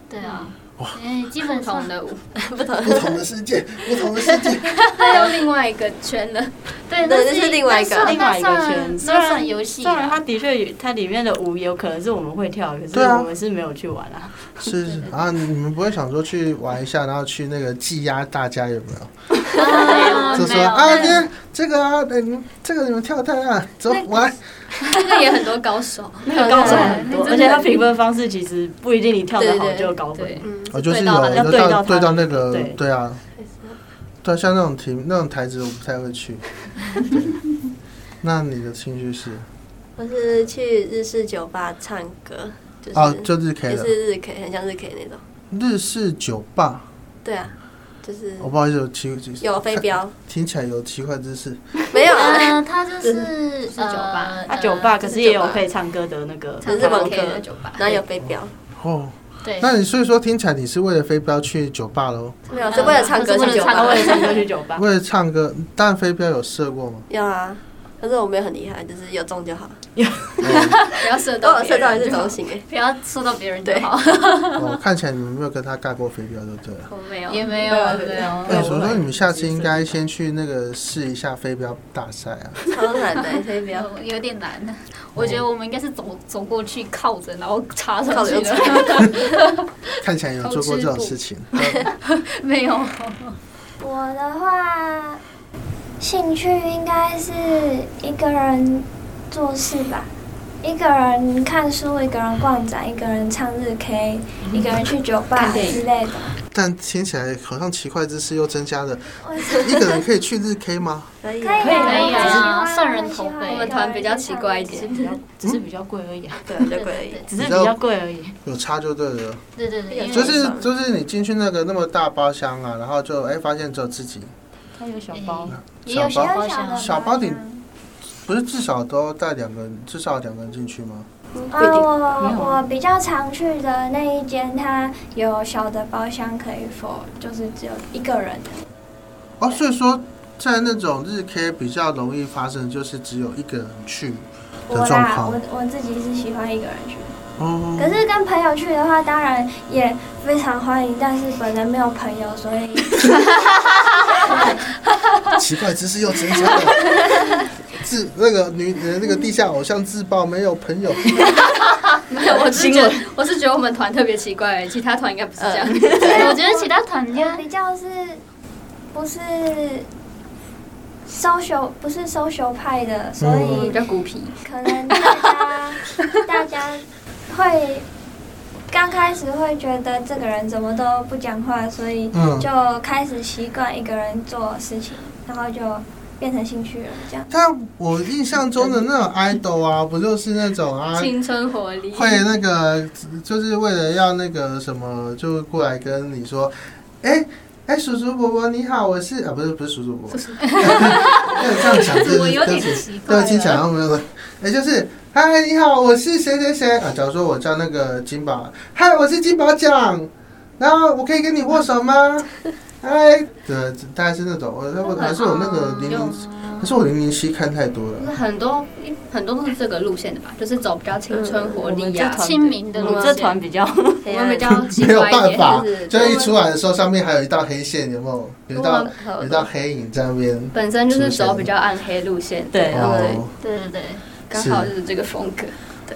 S4: 对啊
S1: 哇，
S4: 因为基
S6: 不
S4: 本
S6: 同
S4: 上
S6: 的舞，
S1: 不同的世界，不同的世界。
S6: 那又另外一个圈了。
S2: 对
S4: 对，那
S2: 这是另外一个
S4: 那算
S5: 另外一个圈
S4: 那
S5: 虽然
S4: 算游戏
S5: 虽然
S4: 啊，
S5: 它的确有它里面的舞有可能是我们会跳，可是
S1: 对啊
S5: 我们是没有去玩啊。
S1: 是是啊，你们不会想说去玩一下，然后去那个技压大家有没有？
S4: 啊
S1: 就
S4: 没
S1: 说
S4: 有
S1: 啊，你看这个啊，哎你们这个你们跳太啊，走玩。
S6: 那个也很多高手，
S5: 那个高手很多，
S6: 对
S5: 而且它评分方式其实不一定你跳得好就高分
S6: 对。，
S2: 嗯，
S1: 我哦就是
S6: 对
S1: 有
S6: 到了
S1: 有
S5: 要对
S1: 到
S5: 到
S1: 对
S5: 他
S1: 到那个
S5: 对
S1: 对啊，对像那种题那种台子我不太会去。对那你的兴趣是
S2: 我是去日式酒吧唱歌，就是、
S1: 啊，就日 K
S2: 也
S1: 了，
S2: 是日 K，很像日 K 那种。
S1: 日式酒吧。
S2: 对啊，就是
S1: 我不好意思，有奇奇
S2: 有飞镖，
S1: 听起来有奇怪知识。
S2: 没有啊，
S4: 呃，它就是呃
S6: 酒吧
S5: 它酒吧可是也有
S4: 配。
S5: 可以唱歌的那个
S2: 唱
S5: 卡
S2: 日
S5: 拉
S2: 文
S5: OK
S2: 歌
S6: OK 的酒吧，
S2: 哪有飞镖？
S1: 哦，
S4: 对，
S1: 那你所以说听起来你是为了飞镖去酒吧喽？
S2: 没有，是为了唱歌
S6: 哦
S2: 去酒
S5: 他
S2: 吧
S5: 会。唱歌去酒 吧。
S1: 为了唱歌，但飞镖有射过吗？
S2: 有啊，可是我没有很厉害，就是有中就好。
S6: 不要射
S2: 偶
S6: 到
S2: 尔
S6: 别人
S2: 哦射到也是
S6: 就好
S2: 中型哎，
S4: 不要说到别人就好，
S1: 哦，看起来你们没有跟他干过飞镖，对不对了？
S6: 我没有，
S4: 也没有没有
S1: 哎，
S5: 对
S1: 所以说你们下次应该先去那个试一下飞镖大赛啊。
S2: 超难的飞 镖。
S4: 有有点难。我觉得我们应该是走走过去靠着，然后插上
S2: 靠
S4: 去
S2: 着
S4: 的。
S1: 看起来有做过这种事情，
S4: 没有，
S3: 我的话，兴趣应该是一个人做事吧，一个人看书，一个人逛展，一个人唱日 K，一个人去酒吧之类的。
S1: 但听起来好像奇怪知识又增加了。
S3: 为什么
S1: 一个人可以去日 K 吗？
S2: 可以
S3: 可以
S2: 啊，
S4: 可以啊
S3: 啊，
S4: 算人头费
S6: 我们团比较奇怪一点
S5: 只是比较只是比较贵而已啊，
S2: 对，就可以。
S5: 只是比较贵而已。
S1: 有差就对了，
S4: 对对对，因为
S1: 就是就是你进去那个那么大包厢啊，然后就哎发现只有自己，
S5: 它有小包，
S1: 嗯
S4: 也
S1: 小
S4: 有小
S1: 包
S4: 包
S3: 小
S4: 厢
S3: 的，
S1: 小包顶不是至少都带两个人，至少两个人进去吗？
S3: 啊，
S2: 不一定
S5: 没有
S3: 我
S5: 啊
S3: 我比较常去的那一间，它有小的包厢可以否，就是只有一个人的。
S1: 哦，所以说在那种日 K 比较容易发生，就是只有一个人去
S3: 我
S1: 的状
S3: 啦，
S1: 况
S3: 我。我自己是喜欢一个人去。
S1: 哦，
S3: 可是跟朋友去的话，当然也非常欢迎，但是本人没有朋友，所以
S1: 奇怪，知识又增加了。 自那个女呃那个地下偶像自曝没有朋友，
S6: 我是觉得我是觉得我们团特别奇怪，其他团应该不是这样。
S4: 对，我觉得其他团应
S3: 也
S4: 该
S3: 比较是不是 social 不是 social 派的，所
S6: 我
S3: 以
S4: 嗯
S6: 比
S1: 嗯
S6: 较孤僻，
S3: 可能大家大家会刚开始会觉得这个人怎么都不讲话，所以
S1: 嗯
S3: 就开始习惯一个人做事情，然后就变成兴趣了这样。
S1: 但我印象中的那种 idol 啊，不就是那种啊，
S6: 青春活力。
S1: 会那个就是为了要那个什么，就过来跟你说，哎、哎、叔叔伯伯你好，我是啊，不是不是叔叔伯伯， 这样讲就是
S4: 我有
S1: 对
S4: 点
S1: 不起
S4: 奇怪
S1: 对，
S4: 了。
S1: 听起来没有，哎，就是嗨，你好，我是谁谁谁啊。假如说我叫那个金宝，嗨，我是金宝奖，然后我可以跟你握手吗？嗨，对，大概是那种，我我还是我那个零零，还是我零零七看太多
S6: 嗯就是
S4: 嗯
S1: 了。
S6: 很多很多都是这个路线的吧，就是走比较青春活力呀、
S5: 嗯
S4: 亲民的
S5: 我
S4: 路
S5: 们
S4: 线，
S5: 这团比较
S6: 我们比较奇
S1: 没有
S6: 怪一
S1: 办
S6: 点，
S1: 法
S6: 就是，
S1: 就一出来的时候，上面还有一道黑线，有没有？有一道
S6: 我
S1: 有一
S6: 们
S1: 道黑影在那边。
S6: 本身就是走比较暗黑路线，
S5: 对
S6: 对，
S1: 哦
S4: 对对对，
S6: 刚好就是这个风格。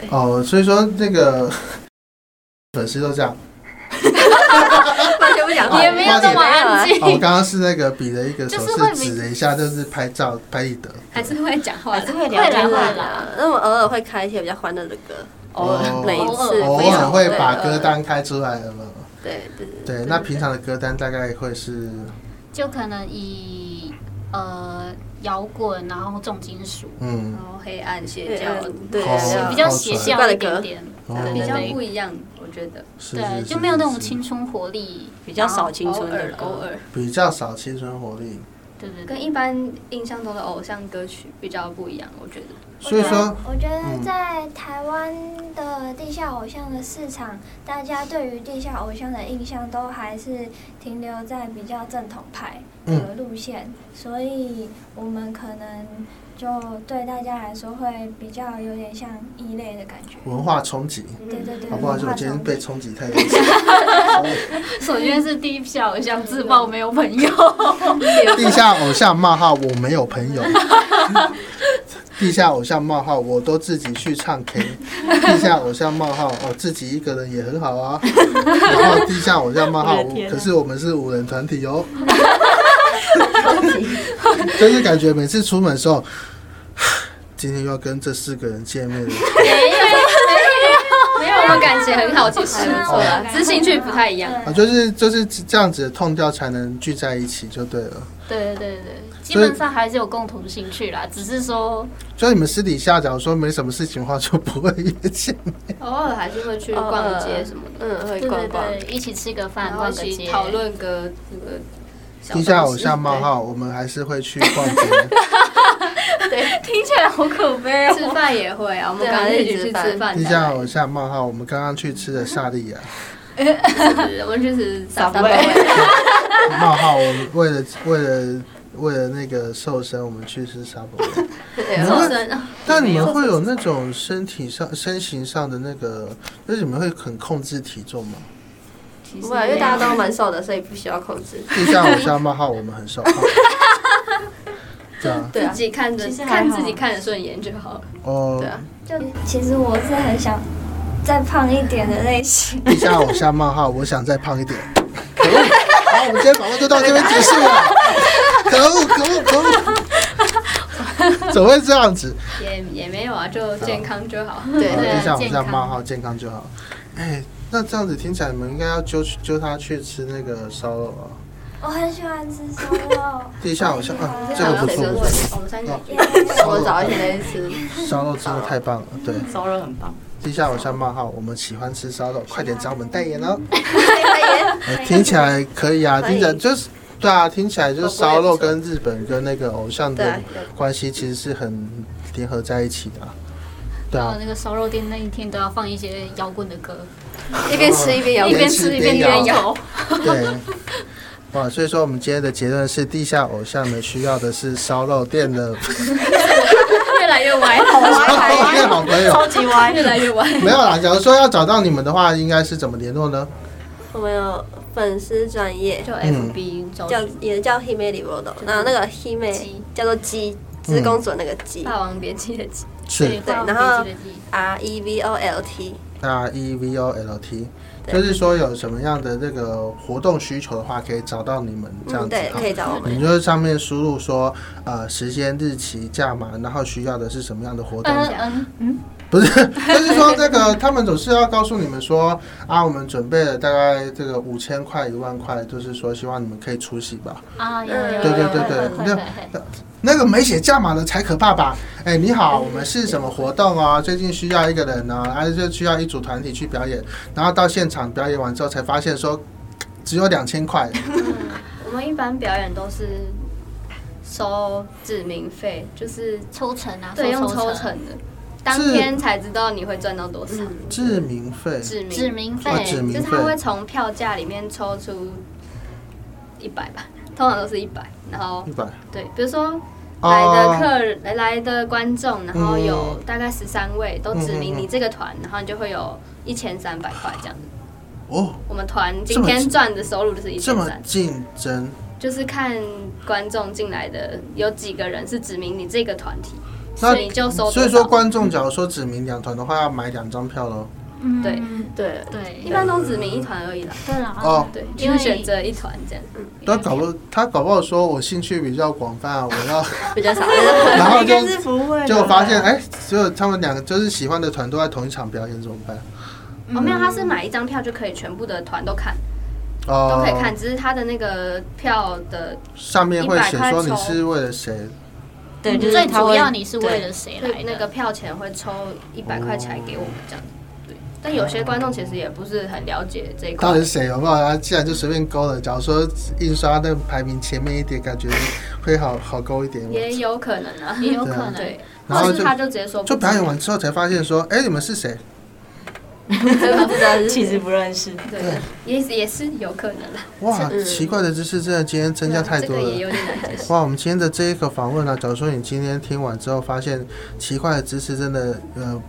S1: 哦，所以说那个粉丝都这样。
S2: 完全不讲话，
S1: 也没有这 么
S4: 安
S2: 静，
S1: 哦，我刚刚是那个比了一个手
S4: 就是会
S1: 势，指了一下，就是拍照拍立得。
S6: 还是会讲话
S5: 还
S6: 的
S5: 是，会聊
S2: 啊
S4: 会啦
S5: 天
S4: 会
S5: 的，
S4: 啦，
S2: 那我偶尔会开一些比较欢乐的歌，
S1: 偶尔
S2: 哦每一次
S1: 哦偶
S2: 非
S1: 尔
S2: 常
S1: 会
S2: 对
S1: 把
S2: 偶尔
S1: 歌单开出来了嘛？
S2: 对对对
S1: 对，那平常的歌单大概会是
S4: 就可能以呃摇滚，然后重金属，
S1: 嗯
S6: 然后黑暗邪
S2: 对嗯
S6: 教，
S2: 对
S1: 好
S2: 对
S1: 好
S4: 比较邪教一点点，
S1: 哦
S6: 比较
S4: 对
S6: 不一样，我觉得
S1: 是
S4: 对，
S1: 是
S4: 就没有那种
S1: 是
S4: 青春活力，
S5: 比较少青春
S6: 偶
S5: 的
S6: 尔偶
S5: 歌。
S6: 尔，
S1: 比较少青春活力，
S4: 对对
S6: 跟
S4: 对，
S6: 一般印象中的偶像歌曲比较不一样，我觉得
S1: 所
S4: 啊
S1: 以说
S3: 啊我觉得
S1: 嗯
S3: 在台湾的地下偶像的市场，大家对于地下偶像的印象都还是停留在比较正统派
S1: 嗯
S3: 的路线，所以我们可能就对大家来说会比较有点像异类的感觉。
S1: 文化冲击。
S3: 对对对，
S1: 好不
S4: 嗯
S1: 好意思，我
S3: 文化
S1: 今天
S3: 冲
S1: 被
S3: 击
S1: 冲击太多次。
S4: 首先是第一票偶像自爆没有朋友，
S1: 地下偶像冒号我没有朋友， 地下偶像冒号我都自己去唱 K，地下偶像冒号哦自己一个人也很好啊，然后地下偶像冒号
S5: 我的天，啊
S1: 可是我们是五人团体 哦，就是感觉每次出门的时候，今天又要跟这四个人见面了，
S6: 没有，我们感情很好，其实
S3: 还
S6: 不
S3: 不
S6: 错
S3: 错
S6: 啦
S4: 啊
S3: 啦，
S6: 只是兴趣不太一样。
S1: 啊，就是就是这样子的痛调才能聚在一起就对了。
S4: 对对对对，基本上还是有共同兴趣啦，只是说
S1: 就你们私底下假如说没什么事情的话，就不会约见面。
S6: 偶尔还是会去逛街什么的，
S2: 嗯，会
S4: 对
S2: 逛
S4: 对
S2: 逛。
S4: 对，一起吃个饭，
S6: 然后
S4: 逛
S6: 一
S4: 个
S6: 起
S4: 街，
S6: 讨论个那个小
S1: 地下
S6: 东
S1: 偶
S6: 西
S1: 像冒
S6: 对
S1: 号，我们还是会去逛街。
S4: 听起来好可悲
S6: 吃饭也会啊，我们
S2: 对
S6: 刚
S2: 还
S6: 刚
S2: 是
S6: 一起去
S2: 吃
S6: 吃
S2: 饭
S6: 饭
S1: 地
S6: 的，
S1: 下偶像冒号，我们刚刚去吃的萨莉亚
S6: 我们去吃三
S5: 撒
S6: 三
S5: 贝
S1: 冒号，我们为了为了为了那个瘦身，我们去吃沙堡。你们
S6: 瘦
S1: 会，
S6: 身啊，
S1: 但你们会有那种身体上、身形上的那个，就是你们会很控制体重吗？
S5: 其实
S2: 不 会啊，因为大家都蛮瘦的，所以不需要控制。
S1: 地下偶像冒号，我们很瘦。对啊，
S2: 对啊
S6: 自，己看着
S5: 其实还
S6: 看
S5: 好
S6: 自己看着顺眼就好了。
S1: 哦
S2: 对，啊
S3: 就其实我是很想再胖一点的类型。
S1: 地下偶像冒号，我想再胖一点。可恶！好，我们今天访问就到这边结束了。可恶！可恶！可恶！怎么会这样子？
S6: 也也没有啊，就健康就好。
S2: 对
S1: 好，
S4: 对
S1: 就
S4: 啊
S1: 像我
S4: 健
S1: 像
S4: 康
S1: 冒号健康就好。哎，那这样子听起来，你们应该要揪去揪他去吃那个烧肉啊。
S3: 我很喜欢吃烧肉，
S1: 地下偶像啊，这个
S2: 好
S1: 不错
S2: 谁
S1: 不
S2: 说
S1: 错，
S6: 我们三个
S3: 耶
S1: 烧
S2: 我
S1: 肉
S2: 早一点再吃。
S1: 烧肉真的太棒了。对，
S5: 烧肉很棒，
S1: 地下偶像冒号，我们喜欢吃烧肉，快点找我们代言哦。哎
S3: 对
S1: 听起来可以啊，
S2: 可以
S1: 听起来就是对啊，听起来就是烧肉
S6: 火锅
S1: 跟日本跟那个偶像
S2: 对
S1: 的
S2: 啊
S1: 关系其实是很联合在一起的啊。对
S4: 然
S1: 啊
S4: 后，那个烧肉店那一天都要放一些摇滚的歌，
S2: 一边吃一边摇
S4: 一
S2: 滚，
S4: 边吃一边边摇，
S1: 对， 哇，所以说我们今天的结论是，地下偶像们需要的是烧肉店的
S6: 越来越 歪，好
S1: 烧肉店 好朋友。
S5: 超级歪，
S6: 越来越歪。
S1: 没有啦，假如说要找到你们的话，应该是怎么联络呢？
S2: 我们有粉丝专业，
S6: 就
S1: 嗯
S6: FB 周
S2: 叫也叫 Hime l i b o d o 然后那个 Hime
S6: 鸡
S2: 叫做鸡，就是
S4: 嗯
S2: 公主的那个鸡
S6: 霸王别姬的姬，
S1: 是
S2: 对然后 R E V O L T
S1: R E V O L T，
S3: 对
S1: 就是说有什么样的这个活动需求的话，可以找到你们这样
S3: 嗯，
S1: 子。啊
S3: 对，可以找我
S1: 你
S3: 们。
S1: 就是上面输入说，呃，时间、日期、价码，然后需要的是什么样的
S6: 呃
S1: 活动？
S4: 呃
S2: 嗯嗯，
S1: 不是， 就是说这个他们总是要告诉你们说啊，我们准备了大概这个五千块、一万块，就是说希望你们可以出席吧。
S2: 啊，有
S3: 嗯
S2: 有有
S1: 对对
S2: 有
S1: 对对
S2: 会会
S1: 那
S2: 会会
S1: 那个没写价码的才可怕吧？哎、你好，我们是什么活动哦？最近需要一个人呢、啊，就需要一组团体去表演，然后到现场表演完之后才发现说只有两千块，
S4: 我们一般表演都是收指名费，就是
S2: 抽成啊，
S4: 对
S2: 说
S4: 用嗯
S2: 成，
S4: 抽
S2: 嗯
S4: 成的，当天才知道你会赚到多少。
S1: 志明费。
S4: 指名
S2: 指名
S1: 啊
S2: 费，
S1: 指名
S4: 就是
S1: 费
S4: 他会从票价里面抽出一百吧，通常都是一百，然后
S1: 一百
S4: 对，比如说来的
S1: 哦，嗯
S4: 客人、来来的观众，然后有大概十三位都指
S1: 嗯嗯
S4: 明
S1: 嗯
S4: 你这个团，然后你就会有一千三百块这样子。
S1: 哦，
S4: 我们团今天赚的收入就是一
S1: 这
S4: 千
S1: 么
S4: 三，
S1: 竞争，
S4: 就是看观众进来的有几个人是指明你这个团体，
S1: 那
S4: 所以你就收多少。
S1: 所以说观众假如说指明两团的话，要买两张票喽。
S2: 嗯
S4: 对
S3: 对，
S4: 一
S2: 对
S4: 般都指明一团而已啦。
S2: 对啦，
S1: 哦，
S4: 对，
S2: 因
S4: 因
S2: 为
S4: 为选择一团这样。
S1: 他搞不，他搞不好说我兴趣比较广泛，啊我 要
S3: 比较少。
S1: 然后
S5: 应
S1: 就
S5: 该是不会的啦，
S1: 就发
S4: 啊
S1: 现，哎、只有他们两个就是喜欢的团都在同一场表演，怎么办？
S4: 哦，没有，他是买一张票就可以全部的团都看，
S1: 哦、
S4: 都可以看，只是他的那个票的
S1: 上面会写说
S4: 100
S1: 你
S4: 块
S1: 是为了谁？
S5: 对，就是
S2: 最
S5: 他
S2: 主
S5: 会
S2: 要你是为
S5: 对
S2: 了谁来
S4: 对
S2: 的
S4: 那个票钱会抽一百块钱给我们这样子。对，但有些观众其实也不是很了解这一块
S1: 到底。是谁
S4: 哦
S1: 有没有？他既然就随便勾了，假如说印刷那个排名前面一点，感觉会好好勾一点嘛。
S4: 也有可能啊，
S2: 也有可能，
S4: 对，
S1: 然
S4: 或
S1: 后
S4: 者
S1: 就是
S4: 他就直接说不
S1: 就表演
S4: 知道
S1: 完之后才发现说，哎、你们是谁？
S5: 其实不认识，
S4: 对，也也是有可能的，
S1: 哇，
S3: 嗯
S1: 奇怪的知识真的今天增加太多
S4: 啊这个也
S1: 了。
S4: 有点难 解释。
S1: 哇，我们今天的这一个访问呢、假如说你今天听完之后发现奇怪的知识真的呃，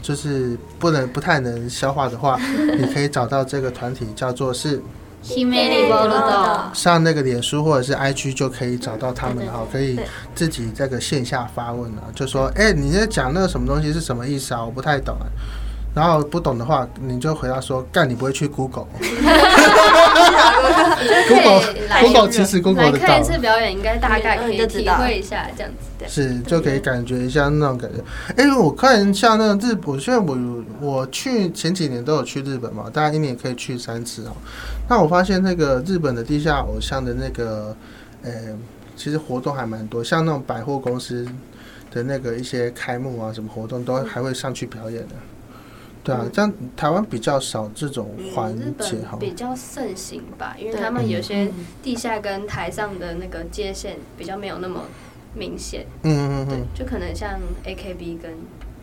S1: 就是不能不太能消化的话，你可以找到这个团体叫做是
S2: 西梅利波鲁豆，
S1: 上那个脸书或者是 IG 就可以找到他们
S2: 对对
S1: 啊，可以自己这个线下发问啊，就说哎、你在讲那个什么东西是什么意思啊？我不太懂啊。然后不懂的话，你就回答说：“干，你不会去 Google，Google
S4: 可以来
S1: Google 其实 Google
S4: 来
S1: 得到
S4: 看一，次表演，应该大概可
S3: 嗯
S4: 以
S3: 就知
S4: 体
S3: 道
S4: 会一下这样子。
S1: 是就可以感觉一下那种感觉。哎，我看像那个日本，我现在我有我去前几年都有去日本嘛，大概一年可以去三次哦。那我发现那个日本的地下偶像的那个，呃，其实活动还蛮多，像那种百货公司的那个一些开幕啊，什么活动都还会上去表演的。对啊，像台湾比较少这种环
S4: 嗯日
S1: 节
S4: 本
S1: 哈。
S4: 比较盛行吧，因为
S3: 对
S4: 他们有些
S5: 嗯
S4: 地下跟台上的那个界限比较没有那么明显，
S1: 嗯嗯
S4: 对
S1: 嗯，
S4: 就可能像 AKB 跟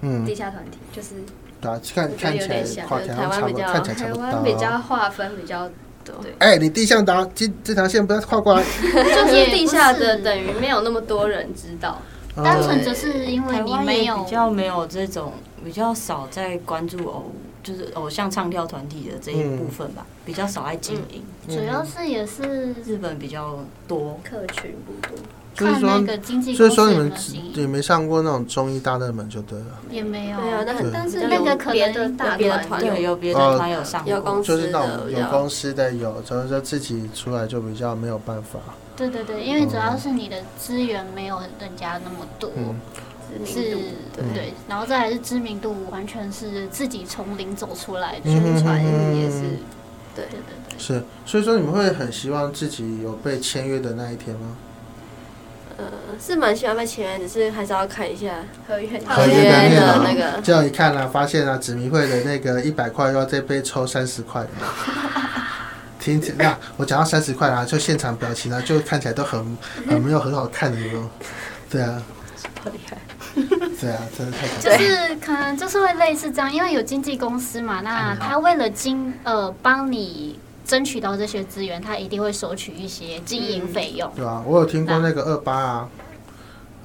S1: 嗯
S4: 地
S1: 嗯，
S4: 下团体，就是
S1: 对啊，看看起来跨条差不多，看起来差
S4: 台
S1: 不多。
S4: 湾比较划分比较 多，对，
S1: 哎、你地向导，这这条线不要跨过来。
S4: 就是地下的
S2: 也不是
S4: 等于没有那么多人知道，
S2: 单
S1: 嗯
S2: 纯只是因为
S5: 台
S2: 你
S5: 湾
S2: 没
S5: 也
S2: 有
S5: 比较没有这种比较少在关注偶就是偶像唱跳团体的这一
S1: 嗯
S5: 部分吧，比较少在经营。
S2: 主要是也是
S5: 日本比较多，
S4: 客群不多。
S1: 哎就是
S2: 看
S1: 说
S2: 那个经纪
S1: 所
S2: 公
S1: 以
S2: 司
S1: 说
S2: 有
S1: 你
S2: 没
S1: 们
S2: 有吸引，
S1: 也没上过那种综艺大热门就对了，
S2: 也没有，
S3: 没有，那很
S1: 但
S2: 是那个可能
S4: 别的大
S3: 别的
S4: 团
S3: 有
S5: 对，有别的团有上
S3: 有
S5: 过
S3: 公，司
S1: 就是那
S3: 的
S1: 种有公司的有，所以说自己出来就比较没有办法。
S2: 对对对，因为主要是你的资源没有人家那么多，
S1: 嗯
S2: 是，对，然后再来是知名度，完全是自己从零走出来的，
S4: 宣传
S1: 嗯
S4: 也是，
S2: 对对对，
S1: 是，所以说你们会很希望自己有被签约的那一天吗？
S3: 呃，是蛮喜欢被签约，只是还是要看一下
S4: 合约
S1: 合约概
S3: 约
S1: 念
S3: 的
S1: 啊
S3: 那个。
S1: 这样一看啊，发现啊，紫迷会的那个一百块又要再被抽三十块。听起那我讲到三十块啦，就现场表情啊，就看起来都很很没有很好看的那种。对啊，对啊，真的太可怕了
S2: 就是可能就是会类似这样，因为有经纪公司嘛，
S6: 嗯
S2: 那他为了经呃帮你争取到这些资源，他一定会收取一些经营费用。
S1: 对啊，我有听过那个二八啊，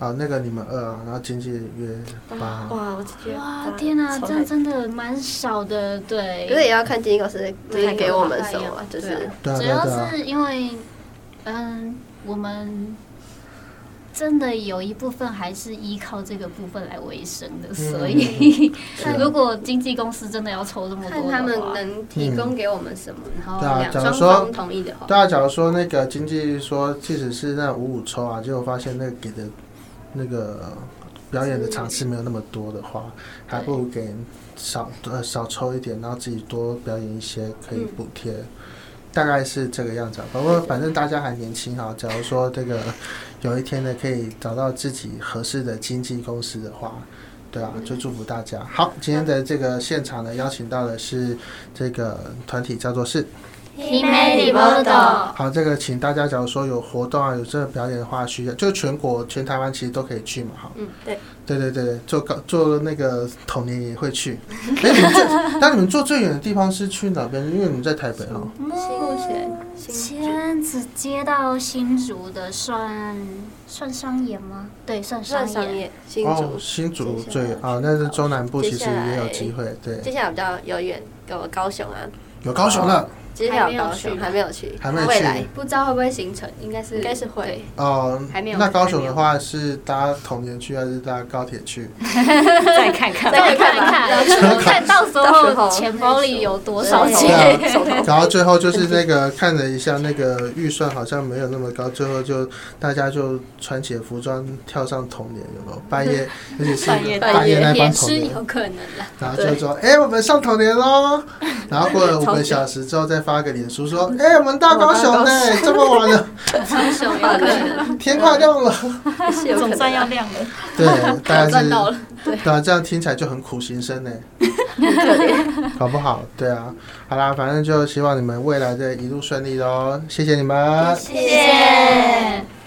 S1: 啊，那个你们二啊，然后经济约八、
S2: 哦
S1: 啊，
S3: 哇，我只觉得
S2: 哇，天哪、
S3: 超
S2: 这样真的蛮少的，对。
S3: 可是也要看经纪公司就是给我们什
S2: 对
S3: 么
S2: 啊，
S3: 就
S4: 对
S3: 是
S4: 啊
S1: 对啊，
S2: 主
S1: 对啊，
S2: 要
S1: 对啊，
S2: 是因为，嗯，我们
S4: 真的有一部分还是依靠这个部分来维生的，所
S1: 嗯
S4: 以
S1: 是
S4: 如果经纪公司真的要抽这么多的
S6: 看
S4: 话，
S6: 他们能提供给我们什么，然后
S1: 嗯对啊
S6: 两
S1: 假如
S6: 双
S1: 说
S6: 方同意的话，
S1: 对啊，假如说那个经纪说，即使是那五五抽啊，结果发现那个给的那个呃表演的场次没有那么多的话，还不如给少呃少抽一点，然后自己多表演一些，可以补贴。大概是这个样子啊，不过反正大家还年轻哈。假如说这个有一天呢，可以找到自己合适的经纪公司的话，对啊，就祝福大家。好，今天的这个现场呢，邀请到的是这个团体叫做是
S3: 姫ボード
S1: 好，这个请大家，假如说有活动啊，有这个表演的话，需要就全国、全台湾其实都可以去嘛，哈。
S6: 嗯，
S2: 对。
S1: 对对对，做高做那个童年也会去。哎、你们最，那你们做最远的地方是去哪边？因为你们在台北哦。
S2: 目前新竹
S4: 前子接到新竹的算算商演吗？对，算商
S2: 算
S4: 演。
S2: 商业新
S1: 哦，
S2: 竹，
S1: 新竹
S2: 接下来
S1: 最
S2: 去
S1: 啊，那是中南部，
S2: 接
S1: 其实
S2: 下来
S1: 也有机会。对，
S2: 接下来比较有远，有高雄啊，
S1: 有高雄了，
S2: 接下来
S6: 还没
S2: 有
S6: 有
S2: 高雄啊
S6: 去
S2: 还没有去，
S1: 还没有
S2: 未
S1: 去
S2: 来
S6: 不知道会不会形成，应该是
S2: 应该是会。
S1: 哦、
S6: 还没有
S1: 那高雄的话是搭童年去还是搭高铁去？
S5: 再看看。
S2: 再
S4: 再
S2: 看看
S4: 看看，看到时候钱包里有多少
S1: 对
S4: 钱。
S1: 啊
S2: 手头
S1: 然后最后就是那个看了一下那个预算好像没有那么高，最后就大家就穿起服装跳上童年，有没有？半 夜，尤其是
S5: 半夜
S1: 半夜那 帮
S6: 也
S1: 童
S6: 是
S1: 年，
S6: 有可能 啦。
S1: 然后就说：“哎、我们上童年 喽！”然后过了五个小时之后再发个脸书说：“哎、我们到高雄呢、 这么晚了，
S6: 高雄有可 能，
S1: 天快亮 了。
S2: 是有可
S5: 总
S2: 能
S5: 算要
S2: 啊，
S5: 亮了，”
S1: 对，大概
S6: 赚
S1: 是
S6: 到了。
S1: 对啊，这样听起来就很苦行 僧呢、 搞不好，对啊，好啦，反正就希望你们未来的一路顺利喽，谢谢你们，
S4: 哎
S3: 谢谢。